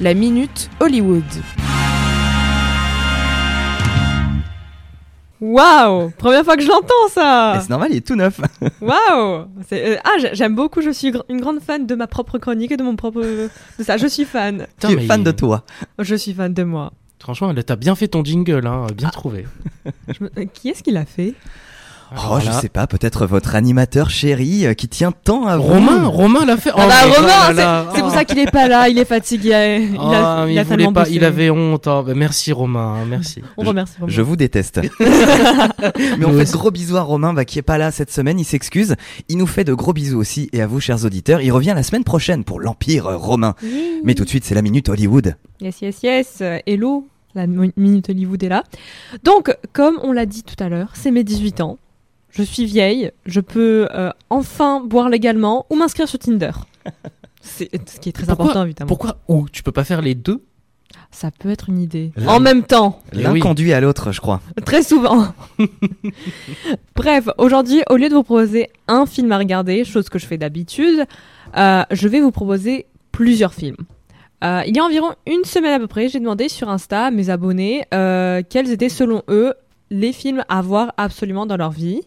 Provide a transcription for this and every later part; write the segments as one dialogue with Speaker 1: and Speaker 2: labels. Speaker 1: la Minute Hollywood.
Speaker 2: Waouh Première fois que je l'entends ça
Speaker 3: Ah.
Speaker 4: Mais C'est normal, il est tout neuf.
Speaker 2: Waouh C'est- euh, Ah, j'a- j'aime beaucoup, je suis gr- une grande fan de ma propre chronique et de mon propre... euh, de ça, je suis fan.
Speaker 4: tu
Speaker 3: Putain,
Speaker 4: es
Speaker 3: mais
Speaker 4: fan
Speaker 3: il-
Speaker 4: de toi.
Speaker 2: Je suis fan de moi.
Speaker 3: Franchement, là, t'as bien fait ton jingle, hein, bien
Speaker 2: Ah.
Speaker 3: trouvé.
Speaker 2: Je me- euh, Qui est-ce qui l'a fait Ah,
Speaker 4: Oh,
Speaker 3: Alors
Speaker 4: je
Speaker 3: là-
Speaker 4: sais pas, peut-être votre animateur chéri euh, qui tient tant à vous.
Speaker 3: Romain, Romain l'a fait. Oh,
Speaker 2: Ah bah,
Speaker 3: mais- oh là
Speaker 2: Romain,
Speaker 3: là.
Speaker 2: C'est pour ça qu'il est pas là, il est fatigué. Il
Speaker 3: Oh,
Speaker 2: a,
Speaker 3: mais
Speaker 2: il a
Speaker 3: il voulait
Speaker 2: tellement
Speaker 3: pas,
Speaker 2: bossé.
Speaker 3: il avait honte. hein. Bah, merci Romain, hein, merci.
Speaker 2: On remercie Romain.
Speaker 4: Je vous déteste. Mais on
Speaker 3: Nous
Speaker 4: fait
Speaker 3: aussi.
Speaker 4: gros bisous à Romain, bah, qui est pas là cette semaine, il s'excuse. Il nous fait de gros bisous aussi, et à vous, chers auditeurs. Il revient la semaine prochaine pour l'Empire euh, romain. Mais tout de suite, c'est la minute Hollywood.
Speaker 2: Yes, yes, yes. Euh, Hello, la mi- Minute Hollywood est là. Donc, comme on l'a dit tout à l'heure, c'est mes 18 ans. Je suis vieille. Je peux euh, enfin boire légalement ou m'inscrire sur Tinder. C'est ce qui est très
Speaker 3: Pourquoi-
Speaker 2: important, évidemment.
Speaker 3: Pourquoi ou tu peux pas faire les deux
Speaker 2: Ça peut être une idée.
Speaker 3: Là-
Speaker 2: En même temps,
Speaker 3: Eh
Speaker 4: L'un
Speaker 3: oui.
Speaker 4: conduit à l'autre, je crois.
Speaker 2: très souvent. Bref, aujourd'hui, au lieu de vous proposer un film à regarder, chose que je fais d'habitude, euh, je vais vous proposer plusieurs films. Euh, il y a environ une semaine à peu près, j'ai demandé sur Insta à mes abonnés euh, quels étaient selon eux les films à voir absolument dans leur vie.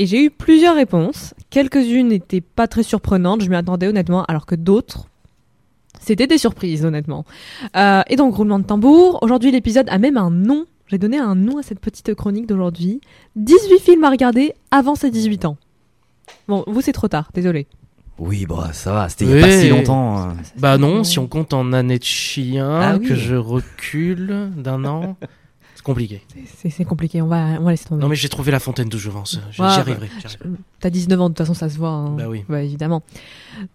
Speaker 2: Et j'ai eu plusieurs réponses. Quelques-unes n'étaient pas très surprenantes, je m'y attendais honnêtement, alors que d'autres, c'était des surprises honnêtement. Euh, et donc, roulement de tambour, aujourd'hui l'épisode a même un nom. J'ai donné un nom à cette petite chronique d'aujourd'hui. 18 films à regarder avant ses 18 ans. Bon, vous c'est trop tard, désolé.
Speaker 4: Bah, Oui, bon, ça va, c'était il y a pas
Speaker 3: Oui.
Speaker 4: si longtemps. euh.
Speaker 3: Bah non, si on compte en année de chien,
Speaker 4: Ah oui.
Speaker 3: que je recule d'un an, c'est compliqué.
Speaker 2: C'est c'est compliqué, on va, on va laisser tomber.
Speaker 3: Non mais j'ai trouvé la fontaine de Jouvence, j'y
Speaker 2: Ouais,
Speaker 3: j'y
Speaker 2: bah,
Speaker 3: arriverai. j'y arriverai.
Speaker 2: T'as 19 ans, de toute façon ça se voit. hein.
Speaker 3: Bah oui.
Speaker 2: Ouais, évidemment.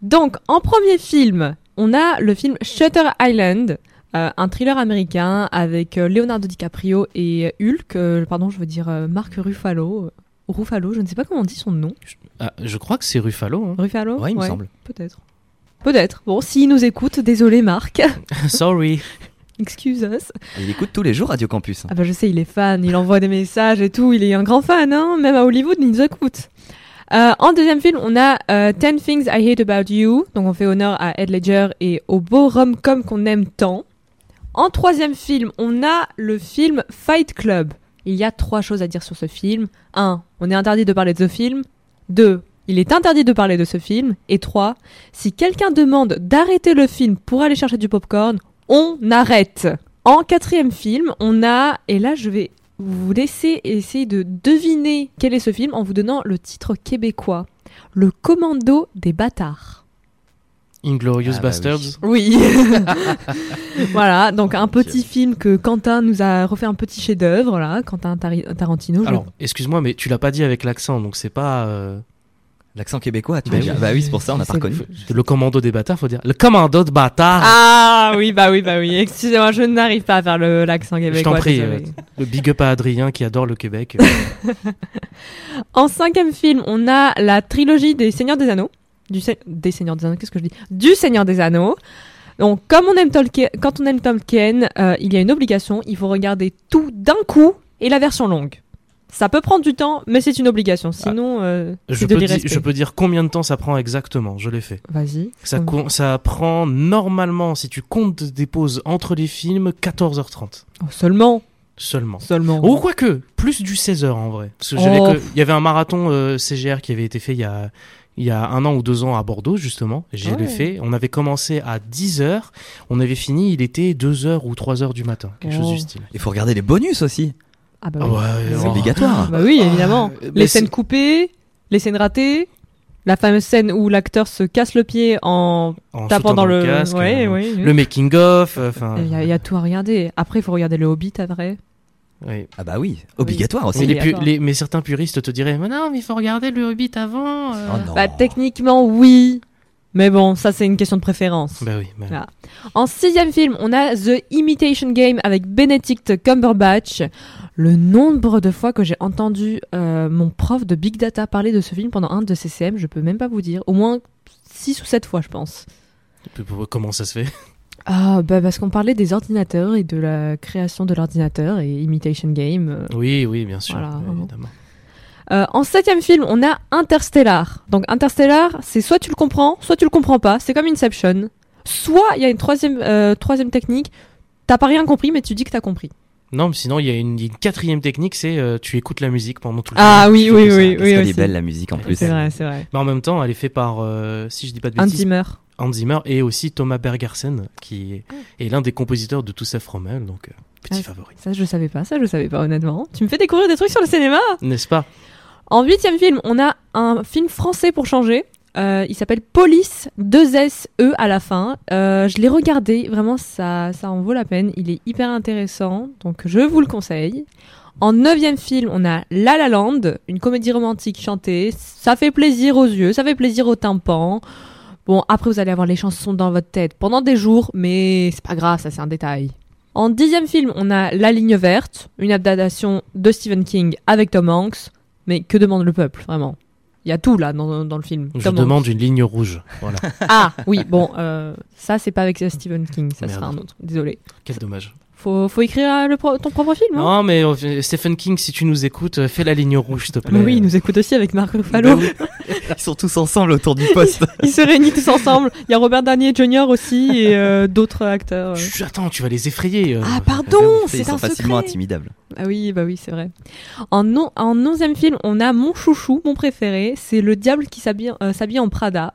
Speaker 2: Donc, en premier film, on a le film Shutter Island, euh, un thriller américain avec euh, Leonardo DiCaprio et Hulk, euh, pardon, je veux dire euh, Marc Ruffalo. euh, Ruffalo, je ne sais pas comment on dit son nom.
Speaker 3: Ah, je crois que c'est Ruffalo.
Speaker 2: Ruffalo
Speaker 4: Ouais, il me semble.
Speaker 2: Peut-être. Peut-être. Bon, s'il nous écoute, désolé Marc.
Speaker 3: hein. Sorry.
Speaker 2: Excuse us.
Speaker 4: Il écoute tous les jours Radio Campus.
Speaker 2: Ah bah je sais, il est fan, il envoie des messages et tout, il est un grand fan, hein même à Hollywood, il nous écoute. Euh, en deuxième film, on a euh, 10 Things I Hate About You, donc on fait honneur à Ed Ledger et au beau rom-com qu'on aime tant. En troisième film, on a le film Fight Club. Il y a trois choses à dire sur ce film. Un, On est interdit de parler de ce film. Deux, Il est interdit de parler de ce film. Et trois, Si quelqu'un demande d'arrêter le film pour aller chercher du popcorn, on arrête. En quatrième film, on a, et là je vais vous laisser essayer de deviner quel est ce film en vous donnant le titre québécois, Le Commando des bâtards.
Speaker 3: Inglorious
Speaker 4: Ah, bah
Speaker 3: Bastards.
Speaker 4: oui.
Speaker 2: Oui. voilà,
Speaker 3: Oh,
Speaker 2: donc un petit film que Quentin nous a refait un petit chef-d'œuvre là, Quentin Tari- Tarantino. je-
Speaker 3: Alors, excuse-moi, mais tu l'as pas dit avec l'accent, donc c'est pas euh,
Speaker 4: L'accent québécois, tu
Speaker 3: Bah
Speaker 4: veux dire.
Speaker 3: oui.
Speaker 4: Bah oui, c'est pour ça, on n'a
Speaker 2: C'est
Speaker 4: pas reconnu.
Speaker 2: vous.
Speaker 3: le commando des bâtards, faut dire le commando de bâtards.
Speaker 2: Ah oui, bah oui, bah oui. Excusez-moi, je n'arrive pas à faire le- l'accent québécois.
Speaker 3: je t'en prie,
Speaker 2: désolé.
Speaker 3: euh, le big up à Adrien qui adore le Québec.
Speaker 2: En cinquième film, on a la trilogie des Seigneurs des Anneaux. Du Se- Des Seigneurs des Anneaux, qu'est-ce que je dis Du Seigneur des Anneaux. Donc, comme on aime Tolkien, quand on aime Tolkien, euh, il y a une obligation, il faut regarder tout d'un coup et la version longue. Ça peut prendre du temps, mais c'est une obligation. Sinon, euh,
Speaker 3: Ah, je,
Speaker 2: c'est de
Speaker 3: peux dire,
Speaker 2: l'irrespect.
Speaker 3: je peux dire combien de temps ça prend exactement, je l'ai fait.
Speaker 2: Vas-y.
Speaker 3: Ça,
Speaker 2: Hum.
Speaker 3: con- ça prend normalement, si tu comptes des pauses entre les films, 14h30
Speaker 2: Oh, seulement,
Speaker 3: seulement.
Speaker 2: seulement.
Speaker 3: Ou quoique, plus du 16h en vrai. Parce que j'avais
Speaker 2: Ah Oh.
Speaker 3: que- Il y avait un marathon euh, CGR qui avait été fait il y a, il y a un an ou deux ans à Bordeaux, justement. J'ai
Speaker 2: Ouais.
Speaker 3: le fait. On avait commencé à 10h, on avait fini, il était 2h ou 3h du matin, quelque chose
Speaker 2: Oh.
Speaker 3: du style.
Speaker 4: Il faut regarder les bonus aussi.
Speaker 2: Ah bah
Speaker 3: Ah
Speaker 2: oui.
Speaker 3: ouais,
Speaker 4: C'est
Speaker 3: oh.
Speaker 4: obligatoire.
Speaker 2: Bah oui, évidemment.
Speaker 3: Euh,
Speaker 2: les
Speaker 3: mais c'est-
Speaker 2: scènes coupées, les scènes ratées, la fameuse scène où l'acteur se casse le pied en
Speaker 3: En
Speaker 2: tapant
Speaker 3: sautant
Speaker 2: dans le.
Speaker 3: casque,
Speaker 2: ouais,
Speaker 3: euh,
Speaker 2: ouais.
Speaker 3: le making of euh, enfin
Speaker 2: Hmm. Il y, a- il y a tout à regarder. Après, il faut regarder le Hobbit, à vrai.
Speaker 3: euh, oui.
Speaker 4: Ah bah oui, obligatoire
Speaker 3: mais,
Speaker 4: aussi.
Speaker 3: les pu-
Speaker 2: obligatoire.
Speaker 3: les- mais certains puristes te diraient mais non mais il faut regarder le Hobbit avant euh.
Speaker 4: Oh non.
Speaker 2: Bah, techniquement, oui. Mais bon, ça, c'est une question de préférence.
Speaker 3: bah oui bah-
Speaker 2: Ah. En sixième film, on a The Imitation Game avec Benedict Cumberbatch. Le nombre de fois que j'ai entendu euh, mon prof de Big Data parler de ce film pendant un de ses CM, je peux même pas vous dire. Au moins 6 ou 7 fois, je pense.
Speaker 3: comment ça se fait
Speaker 2: Ah, bah, parce qu'on parlait des ordinateurs et de la création de l'ordinateur et Imitation Game. euh,
Speaker 3: oui oui bien sûr
Speaker 2: Voilà,
Speaker 3: oui,
Speaker 2: vraiment.
Speaker 3: évidemment.
Speaker 2: Euh, en septième film, on a Interstellar. Donc Interstellar, c'est soit tu le comprends, soit tu le comprends pas. C'est comme Inception. Soit il y a une troisième, euh, troisième technique, t'as pas rien compris, mais tu dis que t'as compris.
Speaker 3: Non, mais sinon, il y a une, il y a une quatrième technique, c'est euh, tu écoutes la musique pendant tout le
Speaker 2: Ah
Speaker 3: film.
Speaker 2: oui,
Speaker 3: Tu
Speaker 2: oui,
Speaker 3: fais que ça.
Speaker 2: oui,
Speaker 4: Qu'est-ce
Speaker 2: oui.
Speaker 4: qu'elle
Speaker 2: aussi.
Speaker 4: est belle la musique en plus.
Speaker 2: C'est vrai, c'est vrai.
Speaker 3: Mais en même temps, elle est faite par, euh, si je dis pas de
Speaker 2: Hans
Speaker 3: bêtises,
Speaker 2: Zimmer.
Speaker 3: Hans Zimmer et aussi Thomas Bergersen, qui est, est l'un des compositeurs de Tous Frommel, donc euh, petit
Speaker 2: Ah.
Speaker 3: favori.
Speaker 2: Ça, je savais pas, ça, je savais pas, honnêtement. Tu me fais découvrir des trucs sur le cinéma
Speaker 3: N'est-ce pas
Speaker 2: En huitième film, on a un film français pour changer. Euh, il s'appelle Police 2SE à la fin. Euh, je l'ai regardé, vraiment ça, ça en vaut la peine. Il est hyper intéressant, donc je vous le conseille. En neuvième film, on a La La Land, une comédie romantique chantée. Ça fait plaisir aux yeux, ça fait plaisir au tympan. Bon, après vous allez avoir les chansons dans votre tête pendant des jours, mais c'est pas grave, ça c'est un détail. En dixième film, on a La Ligne Verte, une adaptation de Stephen King avec Tom Hanks. Mais que demande le peuple, vraiment Il y a tout là dans, dans le film.
Speaker 3: Je
Speaker 2: Tom Hanks.
Speaker 3: demande une ligne rouge. Voilà.
Speaker 2: Ah oui, bon, euh, ça c'est pas avec Stephen King, ça
Speaker 3: Merde.
Speaker 2: sera un autre. Désolé.
Speaker 3: Quel dommage.
Speaker 2: Faut, faut écrire euh, le pro- ton propre film. Hein
Speaker 3: Non, mais euh, Stephen King, si tu nous écoutes, euh, fais la ligne rouge, s'il te plaît.
Speaker 2: oui, il nous écoute aussi avec Marc
Speaker 3: Ben
Speaker 2: Ruffalo.
Speaker 4: Ils sont tous ensemble autour du poste.
Speaker 2: Ils se réunissent tous ensemble. Il y a Robert Downey Jr. aussi et euh, d'autres acteurs.
Speaker 3: Chut, attends, tu vas les effrayer. euh.
Speaker 2: Ah pardon, c'est
Speaker 4: Ils sont
Speaker 2: un
Speaker 4: facilement
Speaker 2: secret.
Speaker 4: intimidables.
Speaker 2: Ah oui, bah oui, c'est vrai. En, non, en 11e film, on a mon chouchou, mon préféré, c'est Le Diable qui s'habille euh, s'habille en Prada.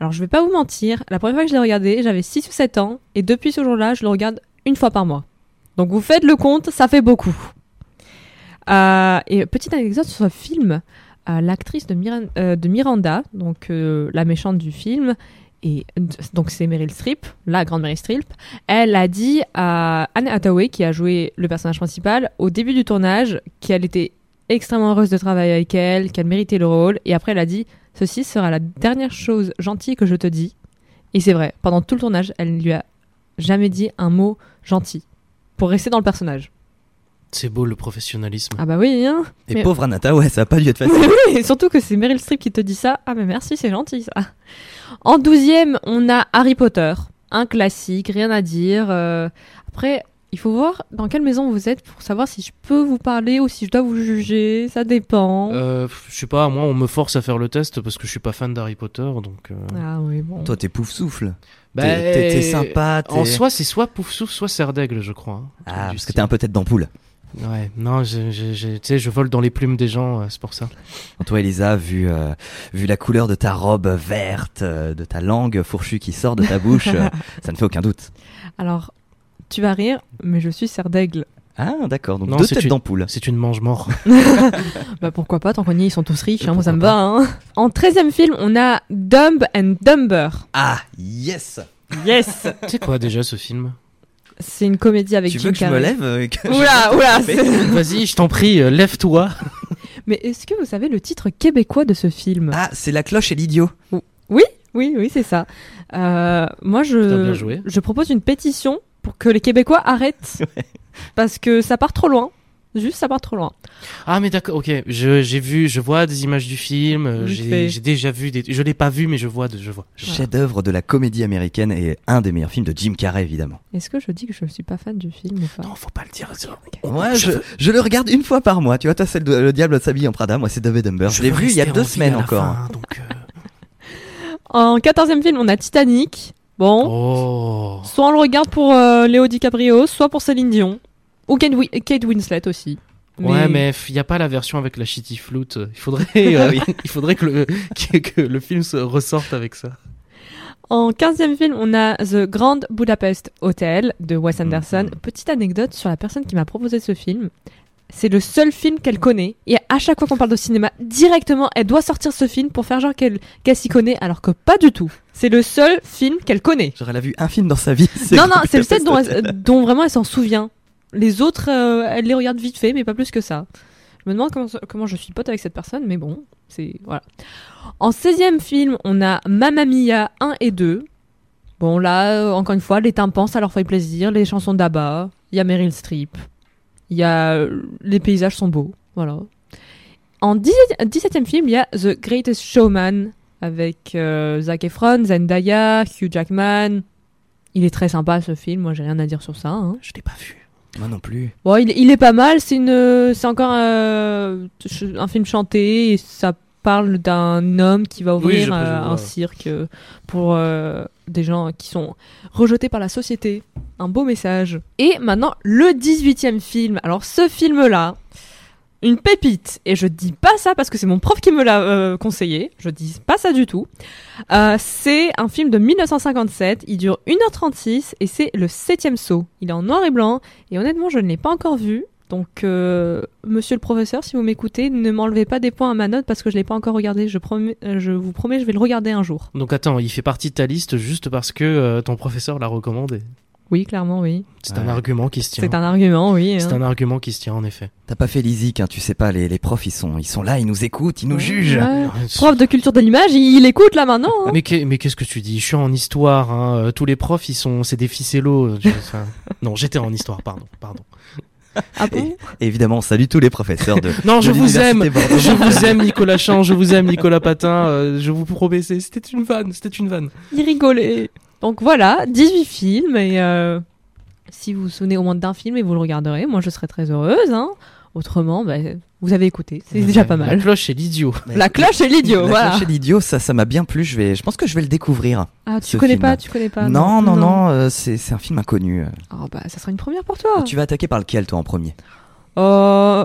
Speaker 2: Alors je vais pas vous mentir, la première fois que je l'ai regardé, j'avais 6 ou 7 ans, et depuis ce jour-là, je le regarde une fois par mois. Donc vous faites le compte, ça fait beaucoup. Euh, et petite anecdote sur ce film, euh, l'actrice de, Miran- euh, de Miranda, donc euh, la méchante du film, et donc c'est Meryl Streep, la grande Meryl Streep, elle a dit à Anne Hathaway, qui a joué le personnage principal, au début du tournage, qu'elle était extrêmement heureuse de travailler avec elle, qu'elle méritait le rôle. Et après, elle a dit Ceci sera la dernière chose gentille que je te dis. Et c'est vrai, pendant tout le tournage, elle ne lui a jamais dit un mot gentil. Pour rester dans le personnage.
Speaker 3: C'est beau le professionnalisme.
Speaker 2: Ah bah oui, hein
Speaker 4: Et
Speaker 2: Mais-
Speaker 4: pauvre Anata, ouais, ça a pas dû être facile.
Speaker 2: Et surtout que c'est Meryl Streep qui te dit ça. Ah mais merci, c'est gentil ça. En douzième, on a Harry Potter, un classique, rien à dire. Euh, après, il faut voir dans quelle maison vous êtes pour savoir si je peux vous parler ou si je dois vous juger. Ça dépend.
Speaker 3: Euh, je sais pas, moi on me force à faire le test parce que je suis pas fan d'Harry Potter, donc. euh,
Speaker 2: Ah oui bon.
Speaker 4: Toi, t'es pouf souffle.
Speaker 3: bah,
Speaker 4: T'es t'es- t'es sympa. t'es-
Speaker 3: En soi, c'est soit Poufsouffle, soit Serdaigle, je crois. hein.
Speaker 4: Ah,
Speaker 3: Du
Speaker 4: parce que
Speaker 3: style.
Speaker 4: t'es un peu tête d'ampoule.
Speaker 3: Ouais, non, je, je- je- tu sais, je vole dans les plumes des gens, euh, c'est pour ça.
Speaker 4: Toi, Elisa, vu, euh, vu la couleur de ta robe verte, euh, de ta langue fourchue qui sort de ta bouche, euh, ça ne fait aucun doute.
Speaker 2: Alors, tu vas rire, mais je suis serre d'aigle.
Speaker 4: Ah, d'accord. Donc
Speaker 3: Non,
Speaker 4: deux
Speaker 3: c'est
Speaker 4: têtes
Speaker 3: une-
Speaker 4: d'ampoule.
Speaker 3: C'est une mange-mort.
Speaker 2: Bah pourquoi pas, tant qu'on y est, ils sont tous riches,
Speaker 3: Euh,
Speaker 2: hein, moi ça me
Speaker 3: pourquoi
Speaker 2: va. Hein. En treizième film, on a Dumb and Dumber.
Speaker 4: Ah, yes.
Speaker 2: Yes
Speaker 3: tu sais quoi déjà ce film
Speaker 2: C'est une comédie avec
Speaker 4: tu
Speaker 2: Jim
Speaker 4: veux que je me
Speaker 2: Carrey.
Speaker 4: lève euh, que je-
Speaker 2: Oula, oula,
Speaker 4: Mais-
Speaker 2: c'est-
Speaker 3: Vas-y, je t'en prie, euh, lève-toi.
Speaker 2: Mais est-ce que vous savez le titre québécois de ce film
Speaker 4: Ah, c'est la cloche et l'idiot.
Speaker 2: Oui, oui, c'est ça. Euh, moi,
Speaker 3: T'as bien
Speaker 2: je,
Speaker 3: joué.
Speaker 2: je propose une pétition pour que les Québécois arrêtent. Parce que ça part trop loin. Juste, ça part trop loin.
Speaker 3: Ah mais d'accord, ok. Je j'ai vu, je vois des images du film. euh,
Speaker 2: Vite
Speaker 3: J'ai
Speaker 2: fait.
Speaker 3: j'ai déjà vu des. Je l'ai pas vu, mais je vois, de- je vois. Je-
Speaker 4: Chef-d'œuvre de la comédie américaine et un des meilleurs films de Jim Carrey, évidemment.
Speaker 2: Est-ce que je dis que je ne suis pas fan du film ou pas
Speaker 3: Non, faut pas le dire. Oh, ça.
Speaker 4: Moi, je, je le regarde une fois par mois. Tu vois, toi, c'est le, le diable s'habille en Prada. Moi, c'est Dove et Dumber. Je, l'ai
Speaker 3: veux
Speaker 4: vu il y a
Speaker 3: rester en
Speaker 4: deux
Speaker 3: vie
Speaker 4: semaines
Speaker 3: à la
Speaker 4: encore.
Speaker 3: fin, donc, euh,
Speaker 2: En 14e film, on a Titanic. Bon,
Speaker 3: Oh.
Speaker 2: soit on le regarde pour euh, Léo DiCaprio, soit pour Céline Dion. Ou Kate, Wi- Kate Winslet aussi.
Speaker 3: Ouais, mais il n'y a pas la version avec la shitty flute. Il
Speaker 4: Ah
Speaker 3: faudrait, euh, il faudrait que, le, que, que le film se ressorte avec ça.
Speaker 2: En 15e film, on a The Grand Budapest Hotel de Wes Anderson. Petite anecdote sur la personne qui m'a proposé ce film. C'est le seul film qu'elle connaît. Et à chaque fois qu'on parle de cinéma, directement, elle doit sortir ce film pour faire genre qu'elle qu'elle s'y connaît, alors que pas du tout. C'est le seul film qu'elle connaît.
Speaker 4: J'aurais la vu un film dans sa vie.
Speaker 2: Non, non, c'est le seul
Speaker 4: set
Speaker 2: dont, elle- dont vraiment elle s'en souvient. Les autres, euh, elle les regarde vite fait, mais pas plus que ça. Je me demande comment, ça- comment je suis pote avec cette personne, mais bon, c'est. Voilà. En 16e film, on a Mamma Mia 1 et 2. Bon, là, euh, encore une fois, les tympans, ça leur fait plaisir. Les chansons d'Abba, il y a Meryl Streep, il y a. euh, Les paysages sont beaux, voilà. En 17e 17e film, il y a The Greatest Showman avec euh, Zac Efron, Zendaya, Hugh Jackman. Il est très sympa ce film, moi j'ai rien à dire sur ça. hein.
Speaker 3: Je l'ai pas vu.
Speaker 4: Moi non plus.
Speaker 2: Bon, il, il est pas mal, c'est une, c'est encore euh, ch- un film chanté et ça parle d'un homme qui va ouvrir
Speaker 3: je- je
Speaker 2: euh,
Speaker 3: vois.
Speaker 2: un cirque euh, pour euh, des gens qui sont rejetés par la société. Un beau message. Et maintenant, le 18e film. Alors, ce film-là, une pépite. Et je dis pas ça parce que c'est mon prof qui me l'a euh, conseillé. Je dis pas ça du tout. Euh, c'est un film de 1957. Il dure 1h36 et c'est le 7e saut. Il est en noir et blanc. Et honnêtement, je ne l'ai pas encore vu. Donc, euh, monsieur le professeur, si vous m'écoutez, ne m'enlevez pas des points à ma note parce que je ne l'ai pas encore regardé. Je, promets- euh, je vous promets, je vais le regarder un jour.
Speaker 3: Donc attends, il fait partie de ta liste juste parce que euh, ton professeur l'a recommandé.
Speaker 2: Oui, clairement, oui.
Speaker 3: C'est
Speaker 4: Ouais.
Speaker 3: un argument qui se tient.
Speaker 2: C'est un argument, oui.
Speaker 3: C'est
Speaker 2: hein.
Speaker 3: un argument qui se tient en effet.
Speaker 4: T'as pas fait l'isic, hein, tu sais pas, les, les profs ils sont, ils sont là, ils nous écoutent, ils nous jugent.
Speaker 2: Ouais.
Speaker 3: Ouais, c'est-
Speaker 2: Prof de culture de l'image, il, il écoute là maintenant. hein.
Speaker 3: Mais qu'est- mais qu'est-ce que tu dis Je suis en histoire. hein. Euh, Tous les profs, ils sont, c'est des ficellos. Je- enfin, Non, j'étais en histoire. Pardon, pardon.
Speaker 2: Ah bon
Speaker 4: Et évidemment, on salue tous les professeurs de.
Speaker 3: Non,
Speaker 4: de
Speaker 3: je vous
Speaker 4: l'université
Speaker 3: aime.
Speaker 4: Bordeaux.
Speaker 3: Je vous aime, Nicolas Chan. Je vous aime, Nicolas Patin. euh, je vous promets, c'est- c'était une vanne. C'était une vanne.
Speaker 2: Il rigolait. Donc voilà, 18 films. Et euh, si vous vous souvenez au moins d'un film et vous le regarderez, moi je serai très heureuse. hein. Autrement, bah, vous avez écouté. C'est déjà pas
Speaker 3: La
Speaker 2: mal.
Speaker 3: cloche, c'est l'idiot.
Speaker 2: La cloche et l'idiot,
Speaker 4: La
Speaker 2: voilà.
Speaker 4: cloche et l'idiot, ça, ça m'a bien plu. Je vais, je pense que je vais le découvrir.
Speaker 2: Ah, tu
Speaker 4: ce
Speaker 2: connais
Speaker 4: film.
Speaker 2: pas, tu connais pas.
Speaker 4: non, non, non, euh, c'est, c'est un film inconnu. Ah,
Speaker 2: Ah bah, ça sera une première pour toi.
Speaker 4: Tu vas attaquer par lequel, toi, en premier
Speaker 2: Oh,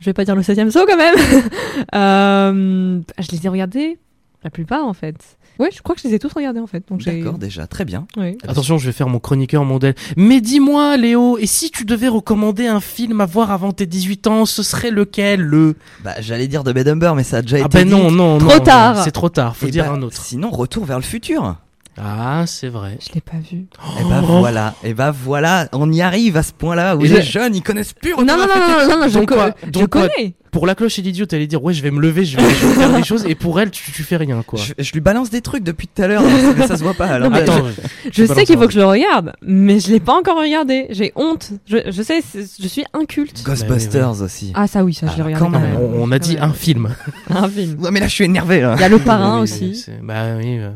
Speaker 2: je vais pas dire le septième saut quand même. Euh, je les ai regardés, la plupart en fait. Ouais, je crois que je les ai tous regardés en fait. Donc j'ai.
Speaker 4: D'accord, déjà, très bien.
Speaker 2: Ouais.
Speaker 3: Attention, je vais faire mon chroniqueur mondial. Mais dis-moi, Léo, et si tu devais recommander un film à voir avant tes 18 ans, ce serait lequel Le
Speaker 4: Bah, j'allais dire de Bedumber, mais ça a déjà
Speaker 3: Ah
Speaker 4: été.
Speaker 3: ben
Speaker 4: Bah, dit.
Speaker 3: non, non,
Speaker 2: Trop
Speaker 3: non,
Speaker 2: tard.
Speaker 3: non, C'est trop tard. Faut
Speaker 4: Eh
Speaker 3: dire
Speaker 4: bah,
Speaker 3: un autre.
Speaker 4: Sinon, retour vers le futur.
Speaker 3: Ah, c'est vrai.
Speaker 2: Je l'ai pas vu.
Speaker 4: Et bah
Speaker 3: Oh.
Speaker 4: voilà, et bah voilà, on y arrive à ce point-là où
Speaker 3: Et
Speaker 4: les
Speaker 3: je-
Speaker 4: jeunes ils connaissent plus.
Speaker 2: Oh, Non, non, non, non, non, non, je,
Speaker 3: Donc
Speaker 2: co-
Speaker 3: quoi
Speaker 2: je
Speaker 3: Donc quoi
Speaker 2: connais.
Speaker 3: Pour la cloche et l'idiot, t'allais dire ouais, je vais me lever, je vais, je vais faire des choses, et pour elle, tu, tu fais rien quoi. Ah,
Speaker 4: Je, je lui balance des trucs depuis tout à l'heure, hein, mais ça se voit pas. Alors,
Speaker 2: Non, mais-
Speaker 3: Attends, euh,
Speaker 2: Je
Speaker 3: balance
Speaker 2: sais qu'il
Speaker 3: un-
Speaker 2: faut que je le regarde, mais je l'ai pas encore regardé. J'ai honte. Je, je sais, c'est- je suis inculte.
Speaker 4: Ghostbusters aussi.
Speaker 2: Ah ça oui, ça je l'ai
Speaker 4: Ah,
Speaker 2: regardé
Speaker 4: quand
Speaker 2: quand
Speaker 4: même,
Speaker 2: même.
Speaker 3: on, on a
Speaker 2: Quand
Speaker 3: dit
Speaker 2: même.
Speaker 3: un film.
Speaker 2: un film.
Speaker 4: Ouais, mais là je suis énervé. là.
Speaker 2: Il y a le parrain
Speaker 3: Oui,
Speaker 2: aussi,
Speaker 3: c'est- Bah oui. euh,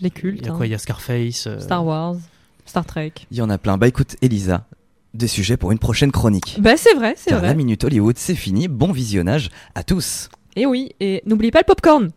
Speaker 2: les
Speaker 3: Il
Speaker 2: cultes,
Speaker 3: y a
Speaker 2: hein.
Speaker 3: quoi Il y a Scarface. euh,
Speaker 2: Star Wars, Star Trek.
Speaker 4: Il y en a plein. Bah écoute, Elisa, des sujets pour une prochaine chronique.
Speaker 2: Bah c'est vrai, c'est
Speaker 4: Car la
Speaker 2: vrai.
Speaker 4: Minute Hollywood, c'est fini. Bon visionnage à tous.
Speaker 2: Et oui, et n'oubliez pas le popcorn.